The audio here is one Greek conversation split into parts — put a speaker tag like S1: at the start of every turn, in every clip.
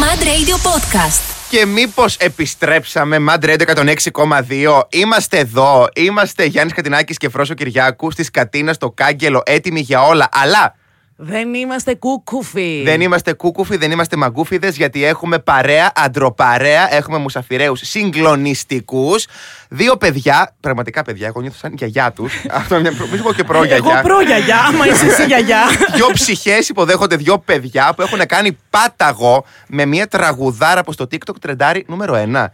S1: Mad Radio Podcast.
S2: Και μήπως επιστρέψαμε, Mad Radio 106,2. Είμαστε εδώ. Είμαστε Γιάννης Κατινάκης και Φρόσο Κυριάκου στη Σκατίνα, στο Κάγκελο, έτοιμοι για όλα. Αλλά
S3: Δεν είμαστε κούκουφοι.
S2: δεν είμαστε κούκουφοι, δεν είμαστε μαγκούφιδες, γιατί έχουμε παρέα, αντροπαρέα, έχουμε μουσαφιρέους συγκλονιστικούς. Δύο παιδιά, πραγματικά παιδιά, εγώ νιώθω σαν γιαγιά τους. Αυτό είναι μια. Μην σου πω και προγιαγιά.
S3: Εγώ προγιαγιά, άμα είσαι εσύ γιαγιά.
S2: Δύο ψυχές υποδέχονται δύο παιδιά που έχουν κάνει πάταγο με μια τραγουδάρα που στο TikTok τρεντάρει νούμερο 1.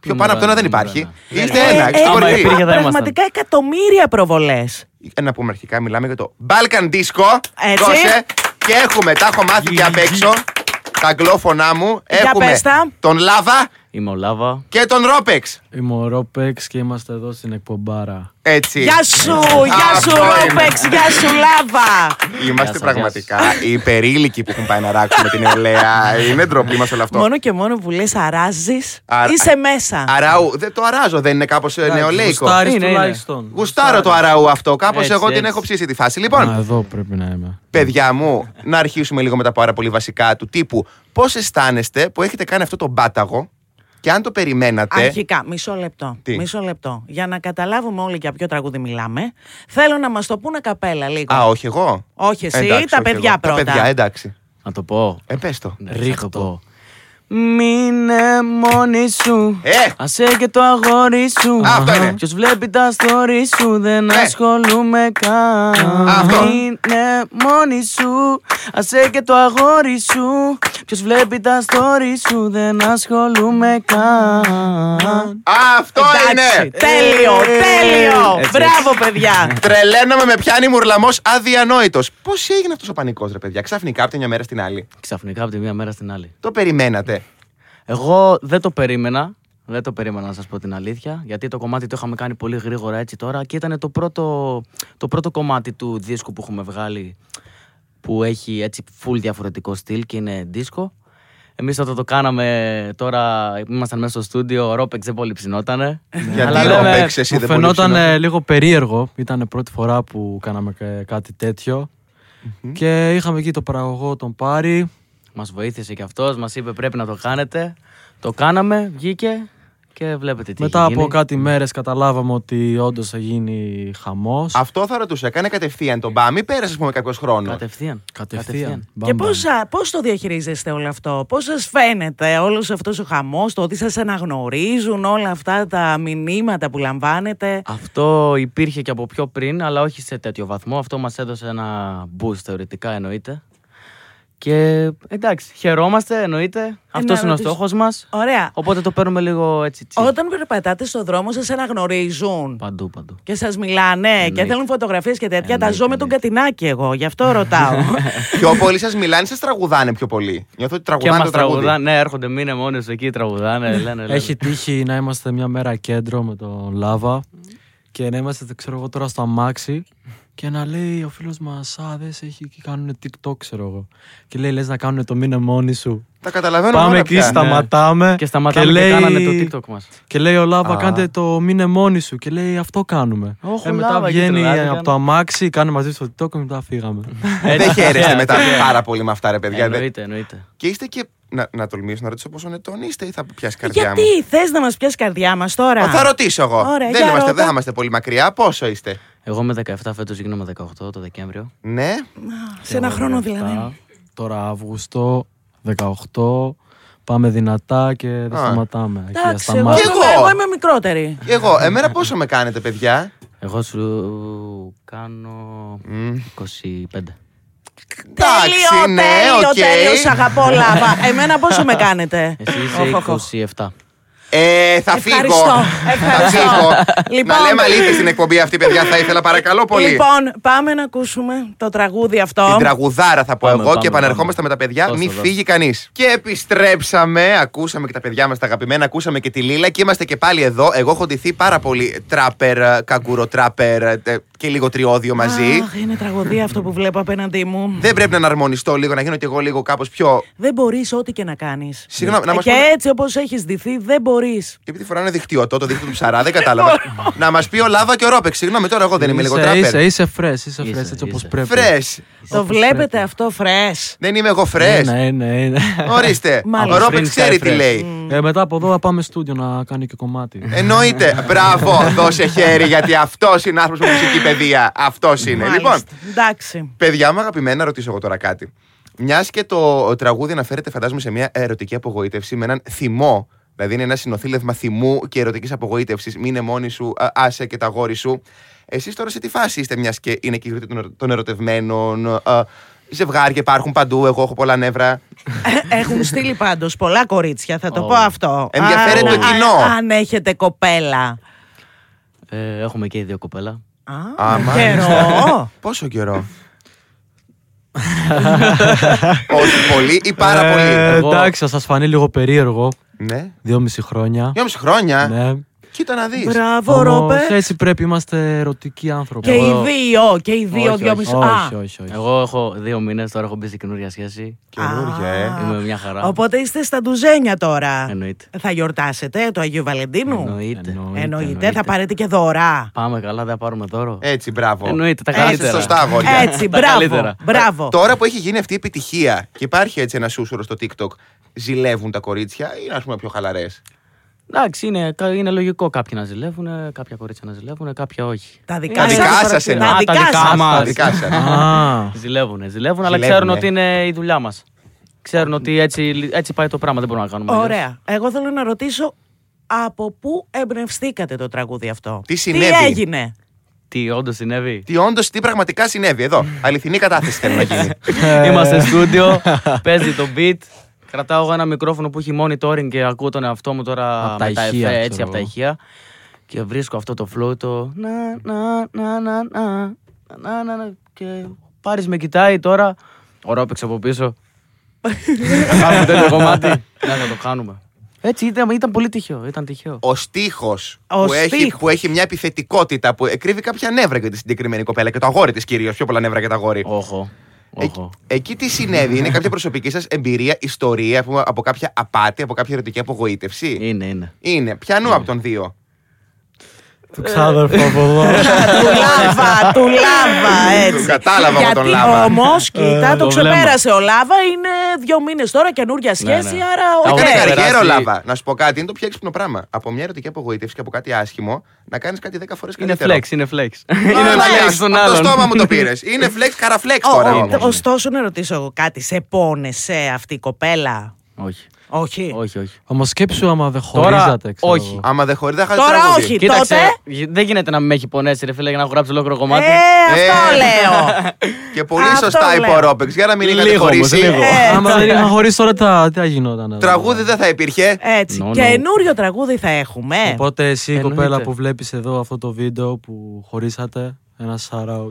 S2: Πιο πάνω από το ένα δεν
S4: νούμερο
S2: υπάρχει.
S4: ένα.
S2: Είστε
S4: Ε,
S2: ένα,
S4: ε,
S2: ξεχωριστοί.
S4: άμα υπήρχε θα ήμασταν.
S3: Πραγματικά εκατομμύρια προβολές.
S2: Ε, Να πούμε αρχικά, μιλάμε για το Balkan Disco.
S3: Έτσι.
S2: Και έχουμε, τα έχω μάθει και απ' έξω. Τα αγγλόφωνά μου. Έχουμε
S3: πες τα.
S2: τον Λάβα
S4: Είμαι ο Λάβα.
S2: και τον Ρόπεξ.
S5: Είμαι ο Ρόπεξ και είμαστε εδώ στην εκπομπάρα.
S2: Έτσι.
S3: Γεια σου, γεια σου,
S2: Αυτό είναι.
S3: Ρόπεξ, γεια σου, Λάβα.
S2: Είμαστε
S4: Γεια σας,
S2: πραγματικά οι υπερήλικοι που έχουν πάει να ράξουμε την ελαία. Είναι ντροπή μας όλο αυτό.
S3: Μόνο και μόνο που λες αράζεις,
S2: Αρα-
S3: είσαι μέσα.
S2: Αραού, δεν το αράζω, δεν είναι κάπως νεολαίκο.
S5: Γουστάρεις
S4: Είναι, είναι.
S5: τουλάχιστον.
S2: Γουστάρω το αραού αυτό. Κάπως
S4: Έτσι,
S2: εγώ την
S4: έτσι.
S2: έχω ψήσει τη φάση. Λοιπόν,
S5: Α, εδώ πρέπει να είμαι.
S2: παιδιά μου, να αρχίσουμε λίγο με τα πάρα πολύ βασικά του τύπου. Πώς αισθάνεστε που έχετε κάνει αυτό το μπάταγο και αν το περιμένατε.
S3: Αρχικά, μισό λεπτό.
S2: Τι?
S3: Μισό λεπτό. Για να καταλάβουμε όλοι για ποιο τραγούδι μιλάμε, θέλω να μας το πούνε καπέλα λίγο.
S2: Α, όχι εγώ.
S3: Όχι εσύ,
S2: Εντάξει,
S3: τα
S2: όχι
S3: παιδιά
S2: εγώ.
S3: πρώτα. Ναι.
S2: Τα παιδιά, εντάξει.
S4: Να το πω.
S2: Ε, πες το.
S5: ναι,
S4: Ρίχτω. Μείνε μόνη σου.
S2: Ε!
S4: Ασέ και το αγόρι σου.
S2: Α, αυτό είναι.
S4: Ποιος βλέπει τα story σου, δεν
S2: Ε.
S4: ασχολούμαι καν.
S2: Αυτό.
S4: Μείνε μόνη σου. Ασέ και το αγόρι σου. Ποιος βλέπει τα story σου, δεν ασχολούμαι καν.
S2: Αυτό
S3: Εντάξει,
S2: είναι!
S3: Τέλειο, τέλειο.
S4: Έτσι,
S3: Μπράβο, παιδιά.
S2: Τρελαίνομαι, με πιάνει μουρλαμός αδιανόητος. Πώς έγινε αυτός ο πανικός, ρε παιδιά, ξαφνικά από τη μια μέρα στην άλλη.
S4: Ξαφνικά από τη μία μέρα στην άλλη.
S2: Το περιμένατε.
S5: Ναι,
S4: Εγώ δεν το περίμενα. Δεν το περίμενα να σας πω την αλήθεια. Γιατί το κομμάτι το είχαμε κάνει πολύ γρήγορα έτσι τώρα και ήταν το πρώτο, το πρώτο κομμάτι του δίσκου που έχουμε βγάλει που έχει έτσι full διαφορετικό στυλ και είναι δίσκο. Εμείς όταν το κάναμε τώρα, ήμασταν μέσα στο στούντιο, ο Ρόπεξ δεν πολύ ψινότανε.
S2: Γιατί
S4: Αλλά
S2: ο
S4: λέμε,
S2: Ρόπεξ, εσύ
S5: Μου
S2: δεν πολύ
S5: φαινόταν
S2: ψινόταν.
S5: ε, λίγο περίεργο. Ήταν πρώτη φορά που κάναμε κα- κάτι τέτοιο. Και είχαμε εκεί τον παραγωγό τον Πάρη.
S4: Μας βοήθησε κι αυτός, μας είπε πρέπει να το κάνετε. Το κάναμε, βγήκε και βλέπετε τι
S5: Μετά
S4: έχει γίνει.
S5: από κάτι μέρες καταλάβαμε ότι όντως θα γίνει χαμός.
S2: Αυτό θα ρωτούσα. Έκανε κατευθείαν τον μπαμ ή πέρασε, ας πούμε, κάποιος χρόνος.
S4: Κατευθείαν.
S5: Κατευθείαν. Μπαμ,
S3: Και
S5: μπαμ.
S3: πώς, α, πώς το διαχειρίζεστε όλο αυτό, πώς σας φαίνεται όλος αυτός ο χαμός, το ότι σας αναγνωρίζουν όλα αυτά τα μηνύματα που λαμβάνετε.
S4: Αυτό υπήρχε και από πιο πριν, αλλά όχι σε τέτοιο βαθμό. Αυτό μας έδωσε ένα boost θεωρητικά εννοείται. Και εντάξει, χαιρόμαστε
S2: Ε,
S4: εννοείται.
S2: ναι,
S4: Αυτός είναι ο
S3: ρωτήσω.
S4: στόχος μας.
S3: Ωραία.
S4: Οπότε το παίρνουμε λίγο έτσι τσι.
S3: Όταν περπατάτε στον δρόμο σας αναγνωρίζουν
S4: Παντού, παντού.
S3: και σας μιλάνε και θέλουν φωτογραφίες και τέτοια. τα
S4: Εννοείται,
S3: ζω με τον
S4: εννοείται.
S3: Κατινάκη εγώ, γι' αυτό ρωτάω.
S2: Πιο πολύ σας μιλάνε, σας τραγουδάνε πιο πολύ. Νιώθω ότι
S4: Και
S2: τραγουδάνε
S4: μας
S2: το τραγούδι. Ναι.
S4: τραγουδάνε, ναι, έρχονται μήνε μόνοι σου εκεί, τραγουδάνε, λένε, λένε.
S5: Έχει τύχει να είμαστε μια μέρα κέντρο με τον Λάβα και να είμαστε, ξέρω εγώ, τώρα στο αμάξι και να λέει ο φίλος μας: Α, δεν σε έχει και κάνουν TikTok, ξέρω εγώ. Και λέει: Λες να κάνουν το μήνα μόνοι σου.
S2: Τα καταλαβαίνω.
S5: Πάμε
S2: όλα
S5: εκεί,
S2: πια. ναι.
S5: σταματάμε.
S4: Και σταματάμε και, κάνανε το TikTok μας.
S5: Και λέει ο Λάβα:
S2: Α.
S5: Κάντε το μήνα μόνοι σου. Και λέει: Αυτό κάνουμε. Ε,
S4: Όχ, ο
S5: μετά
S4: Λάβα εκεί
S5: βγαίνει
S4: τρελάθηκαν.
S5: από το αμάξι, κάνει μαζί στο TikTok και μετά φύγαμε.
S2: Δεν χαίρεστε μετά πάρα πολύ με αυτά, ρε παιδιά. Δεν-
S4: Ναι, Εννοείται, εννοείται.
S2: Και είστε και. Να, να τολμήσω να ρωτήσω πόσο ετών είστε ή θα πιάσει η καρδιά μου.
S3: Γιατί θες να μας πιάσει καρδιά μας τώρα.
S2: Ω, Θα ρωτήσω εγώ.
S3: Ωραία,
S2: δεν,
S3: για
S2: είμαστε,
S3: ρώτα.
S2: δεν θα είμαστε πολύ μακριά. Πόσο είστε.
S4: Εγώ με 17 φέτος γίνομαι 18 το Δεκέμβριο.
S2: Ναι.
S3: Σε ένα χρόνο δηλαδή.
S5: Αυτά. Τώρα Αύγουστο, 18. Πάμε δυνατά και δεν
S2: Α.
S5: σταματάμε. Εκεί,
S3: Εντάξει, εγώ,
S5: ασταμάτητα.
S2: Και
S3: είμαι-
S2: εγώ.
S3: εγώ είμαι μικρότερη.
S2: Και εγώ, εμένα πόσο με κάνετε, παιδιά.
S4: Εγώ σου κάνω 25.
S3: Τέλειο,
S2: ναι,
S3: τέλειο,
S2: οκ.
S3: τέλειο, σ' αγαπώ Λάβα. Εμένα πόσο με κάνετε.
S4: Εσύ
S3: Οχ, οχ, οχ.
S4: είσαι 27.
S2: Ε, θα
S3: Ευχαριστώ,
S2: φύγω. Θα
S3: ευχαριστώ.
S2: φύγω.
S3: Λοιπόν.
S2: Να λέμε αλήθεια στην εκπομπή αυτή, παιδιά, θα ήθελα παρακαλώ πολύ.
S3: Λοιπόν, πάμε να ακούσουμε το τραγούδι αυτό.
S2: Την τραγουδάρα θα πω
S4: Πάμε,
S2: εγώ
S4: πάμε,
S2: και επανερχόμαστε
S4: πάμε.
S2: με τα παιδιά.
S4: Δώσε,
S2: Μην
S4: δώσε.
S2: φύγει κανείς. Και επιστρέψαμε. Ακούσαμε και τα παιδιά μας τα αγαπημένα. Ακούσαμε και τη Λίλα και είμαστε και πάλι εδώ. Εγώ έχω ντυθεί πάρα πολύ τράπερ, καγκουρο τράπερ. και λίγο τριώδιο μαζί.
S3: Αχ, είναι τραγωδία αυτό που βλέπω απέναντί μου.
S2: Δεν πρέπει να αναρμονιστώ λίγο, να γίνω κι εγώ λίγο κάπως πιο.
S3: Δεν μπορείς ό,τι και να κάνεις.
S2: Συγγνώμη, να μας
S3: Και
S2: πει.
S3: έτσι όπως έχεις ντυθεί, δεν μπορείς.
S2: Επειδή φοράνε δικτυωτό, το δίκτυο του ψαρά, δεν κατάλαβα. να μας πει ο Λάβα και ο Ρόπεξ. Συγγνώμη, τώρα εγώ δεν είμαι λίγο
S5: Είσαι, είσαι,
S2: τράπερ.
S5: είσαι fresh, είσαι fresh
S4: Είσαι,
S5: έτσι όπως
S4: είσαι.
S5: πρέπει.
S2: Φρε.
S3: Το βλέπετε αυτό fresh.
S2: Δεν είμαι εγώ
S5: Ναι,
S2: φρε.
S5: ναι, ναι. ναι.
S2: Ορίστε.
S3: Μάλιστα.
S2: Ο
S5: Πριν
S2: Ρόπεξ ξέρει τι
S5: φτάει fresh.
S2: λέει.
S5: Ε, μετά από εδώ θα πάμε στούντιο να κάνει και κομμάτι.
S2: Ε, Εννοείται. Μπράβο, δώσε χέρι, γιατί αυτός είναι άνθρωπος με μουσική παιδεία. Αυτός είναι.
S3: Μάλιστα.
S2: Λοιπόν,
S3: Εντάξει.
S2: παιδιά μου αγαπημένα, ρωτήσω εγώ τώρα κάτι. Μιας και το τραγούδι αναφέρεται, φαντάζομαι, σε μια ερωτική απογοήτευση με έναν θυμό. Δηλαδή, είναι ένα συνοθήλευμα θυμού και ερωτικής απογοήτευσης. Μείνε μόνη σου, α, άσε και τα γόρι σου. Εσείς τώρα σε τι φάση είστε, μιας και είναι και η γιορτή των ερω- των ερωτευμένων. α, ζευγάρια υπάρχουν παντού, εγώ έχω πολλά νεύρα.
S3: Ε, Έχουν στείλει πάντως πολλά κορίτσια, θα το πω αυτό.
S2: Ενδιαφέρεται
S3: Αν-
S2: το κοινό.
S3: αν- Αν έχετε κοπέλα.
S4: Ε, έχουμε και οι δύο κοπέλα.
S2: Α,
S3: Α,
S2: μάλιστα.
S3: καιρό.
S2: Πόσο καιρό. Όχι πολύ ή πάρα
S5: Ε,
S2: πολύ.
S4: Εγώ-
S5: Εντάξει, θα σας φανεί λίγο περίεργο.
S2: Ναι.
S5: Δυόμιση χρόνια.
S2: Δυόμιση χρόνια.
S5: Ναι.
S2: Κοίτα να δεις.
S3: Μπράβο,
S5: Όμως,
S3: Ρόπε.
S5: έτσι πρέπει, είμαστε ερωτικοί άνθρωποι.
S3: Και οι δύο, και οι
S4: Όχι,
S3: δύο,
S4: όχι,
S3: δυο μισό.
S5: Όχι, όχι, όχι.
S4: Εγώ έχω δύο μήνες, τώρα έχω μπει σε καινούργια σχέση.
S2: Καινούργια, ε.
S4: Είμαι μια χαρά. Ε, ναι.
S3: Οπότε είστε στα ντουζένια τώρα.
S4: Εννοείται.
S3: Θα γιορτάσετε το Αγίου Βαλεντίνου.
S4: Εννοείται.
S5: εννοείται,
S3: Εννοείται, θα πάρετε και δώρα.
S4: Πάμε καλά, δεν θα πάρουμε δώρο.
S2: Έτσι, μπράβο.
S4: Εννοείται, τα
S2: Άσε
S4: καλύτερα.
S2: Σωστά, αγόρια.
S3: Έτσι,
S4: Τα
S3: μπράβο.
S4: καλύτερα.
S3: Ε, μπράβο.
S2: Τώρα που έχει γίνει αυτή η επιτυχία και υπάρχει έτσι ένα σούσουρο στο TikTok, ζηλεύουν τα κορίτσια ή είναι ας πούμε πιο χαλαρές.
S4: Εντάξει, είναι, κα- είναι λογικό κάποιοι να ζηλεύουν, κάποια κορίτσια να ζηλεύουν, κάποια όχι.
S3: Τα
S2: Τα
S3: δικά
S2: δικά
S3: σας,
S2: σας εννοώ.
S3: Τα
S4: Α, τα
S3: δικά
S4: δικά
S3: σας.
S4: μας.
S2: Τα
S4: Μάλιστα.
S2: δικά σας.
S5: Α,
S4: Ζηλεύουν, ζηλεύουν, αλλά
S2: Ζηλεύουνε.
S4: ξέρουν ότι είναι η δουλειά μας. Ξέρουν ότι έτσι, έτσι πάει το πράγμα, δεν μπορούμε να κάνουμε. αλλιώς.
S3: Ωραία. Εγώ θέλω να ρωτήσω από πού εμπνευστήκατε το τραγούδι αυτό.
S2: Τι συνέβη?
S3: έγινε.
S4: Τι όντως συνέβη.
S2: Τι όντως, τι πραγματικά συνέβη εδώ. Αληθινή κατάθεση θέλω να γίνει.
S5: Ε.
S4: Είμαστε στούντιο, παίζει το beat. Κρατάω εγώ ένα μικρόφωνο που έχει monitoring και ακούω τον εαυτό μου τώρα
S5: Απ' τα
S4: με τα εφέ,
S5: ηχεία, ξέρω
S4: έτσι από τα
S5: εγώ.
S4: ηχεία. Και βρίσκω αυτό το flow το να να να να να να να να και πάρεις με κοιτάει τώρα ο Ρόπεξ από πίσω. Να κάνουμε τέτοιο κομμάτι. Ναι, θα το κάνουμε. Έτσι ήταν, ήταν πολύ τυχαίο, ήταν τυχαίο.
S2: ο στίχος
S3: Ο
S2: που, έχει,
S3: στίχος.
S2: που έχει μια επιθετικότητα που εκρύβει κάποια νεύρα για τη συγκεκριμένη κοπέλα και το αγόρι της κυρίως. Πιο πολλά νεύρα για το αγόρι.
S4: Όχο,
S2: Εκεί,
S4: όχο.
S2: εκεί τι συνέβη, είναι κάποια προσωπική σας εμπειρία, ιστορία πούμε, από κάποια απάτη, από κάποια ερωτική απογοήτευση.
S4: Είναι, είναι.
S2: Είναι. Πιανού
S4: Ναι.
S2: από τον δύο.
S5: του ξάδερφο από εδώ.
S3: του λάβα, του λάβα, έτσι.
S2: Τον κατάλαβα
S3: Γιατί
S2: με τον Λάβα.
S3: Όμως, κοίτα, το
S4: Ε, το βλέμμα.
S3: ξεπέρασε ο Λάβα. Είναι δύο μήνες τώρα καινούρια σχέση,
S4: ναι.
S3: άρα
S4: Τα
S3: οκ.
S2: Έκανε
S4: ωραία.
S2: καριέρα ο
S4: περάσει-
S2: Λάβα. Να σου πω κάτι, είναι το πιο έξυπνο πράγμα. Από μια ερωτική απογοήτευση και από κάτι άσχημο να κάνεις κάτι 10 φορές
S4: Είναι
S2: καλύτερο.
S4: flex, είναι flex.
S2: Α,
S4: Είναι
S2: ναι,
S4: flex
S2: ας-
S4: στον
S2: από
S4: άλλον.
S2: το στόμα μου το πήρες. Είναι flex, καραφλέξ
S3: Ο-
S2: τώρα.
S3: ο-
S2: όμως.
S3: Ωστόσο, να ρωτήσω εγώ κάτι. Σε πόνεσαι αυτή η κοπέλα.
S4: Όχι,
S3: Όχι.
S4: όχι, όχι.
S5: Όμως σκέψου άμα δεν
S4: Τώρα,
S5: χωρίζατε, ξέρω
S4: όχι.
S5: εγώ.
S2: Άμα δεν χωρί, δεν χάσει
S3: Τώρα
S2: τραγούδι.
S3: όχι.
S4: Κοίταξε,
S3: τότε-
S4: γι- δεν γίνεται να με έχει πονέσει ρε φίλε για να έχω γράψει ολόκληρο κομμάτι.
S3: Ε, αυτό
S2: Ε.
S3: λέω.
S2: Και πολύ
S3: Αυτό
S2: σωστά είπε ο
S3: λέω.
S2: Ρόπεξ. Για να μην είχατε
S4: Λίγος όμως,
S2: χωρίσει.
S4: λίγος.
S3: Ε,
S5: Άμα δεν είχα χωρίσει τώρα, τα- τι θα γινόταν. εδώ.
S2: Τραγούδι δεν θα υπήρχε.
S3: Έτσι.
S4: No, no.
S3: Καινούριο τραγούδι θα έχουμε.
S5: Οπότε εσύ, η
S4: Ε, εννοείται.
S5: κοπέλα που βλέπεις εδώ αυτό το βίντεο που χωρίσατε, ένα shout out.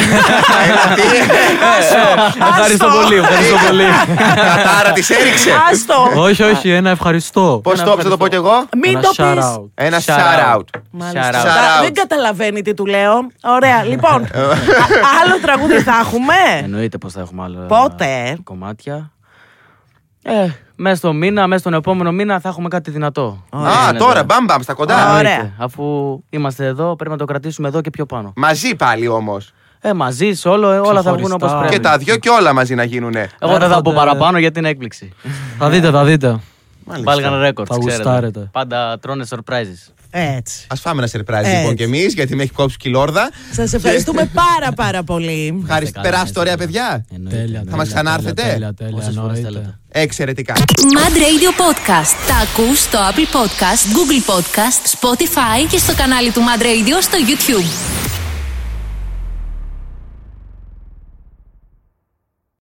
S2: Έλα, τι.
S4: Ε,
S3: ε,
S4: Ευχαριστώ
S3: Άστο.
S4: πολύ, ευχαριστώ πολύ.
S2: Κατάρα τη έριξε.
S3: Άστο.
S5: όχι, όχι, ένα ευχαριστώ.
S2: Πώς το έπαιξα, το πω κι εγώ.
S3: Μην
S5: Ένα
S3: το
S5: shout
S3: πεις.
S5: out.
S2: Ένα
S4: Shout
S2: shout out.
S3: Μάλιστα.
S4: Shout out.
S2: Shout out.
S3: Δεν καταλαβαίνει τι του λέω. Ωραία, λοιπόν.
S5: Ε.
S3: α- άλλο τραγούδι θα
S5: ναι.
S3: έχουμε.
S4: Εννοείται πως θα έχουμε άλλο
S3: Πότε?
S4: ε, κομμάτια. Ε, μέσα στο μήνα, μέσα στον επόμενο μήνα θα έχουμε κάτι δυνατό.
S2: Α,
S4: ναι,
S2: τώρα, μπαμ μπαμ στα κοντά.
S3: Ωραία.
S4: Εννοείται. Αφού είμαστε εδώ, πρέπει να το κρατήσουμε εδώ και πιο πάνω.
S2: Μαζί πάλι όμως.
S4: Ε, μαζί, σε όλο, ε, όλα θα βγουν
S5: Ξεχωριστά.
S4: όπως πρέπει.
S2: Και τα δυο και όλα μαζί να γίνουνε.
S4: Εγώ δεν θα πω
S5: Έρχονται-
S4: παραπάνω γιατί είναι έκπληξη.
S5: θα δείτε, θα δείτε.
S4: Balkan Records,
S5: Θα
S4: ξέρετε.
S5: γουστάρετε.
S4: Πάντα τρώνε surprises.
S3: Έτσι.
S2: Ας φάμε ένα surprise
S3: Έτσι.
S2: λοιπόν κι εμείς, γιατί με έχει κόψει η λόρδα.
S3: Σας ευχαριστούμε πάρα πάρα πολύ.
S2: Ευχαριστώ. Περάστε ωραία, παιδιά.
S5: Τέλεια.
S2: Θα μας
S5: τέλεια,
S2: ξανάρθετε?
S5: Τέλεια, τέλεια.
S4: Όσες φορές
S5: εννοείται.
S4: θέλετε.
S2: Εξαιρετικά.
S1: Mad Radio Podcast. Τα ακούς στο Apple Podcast, Google Podcast, Spotify και στο κανάλι του Mad Radio στο YouTube.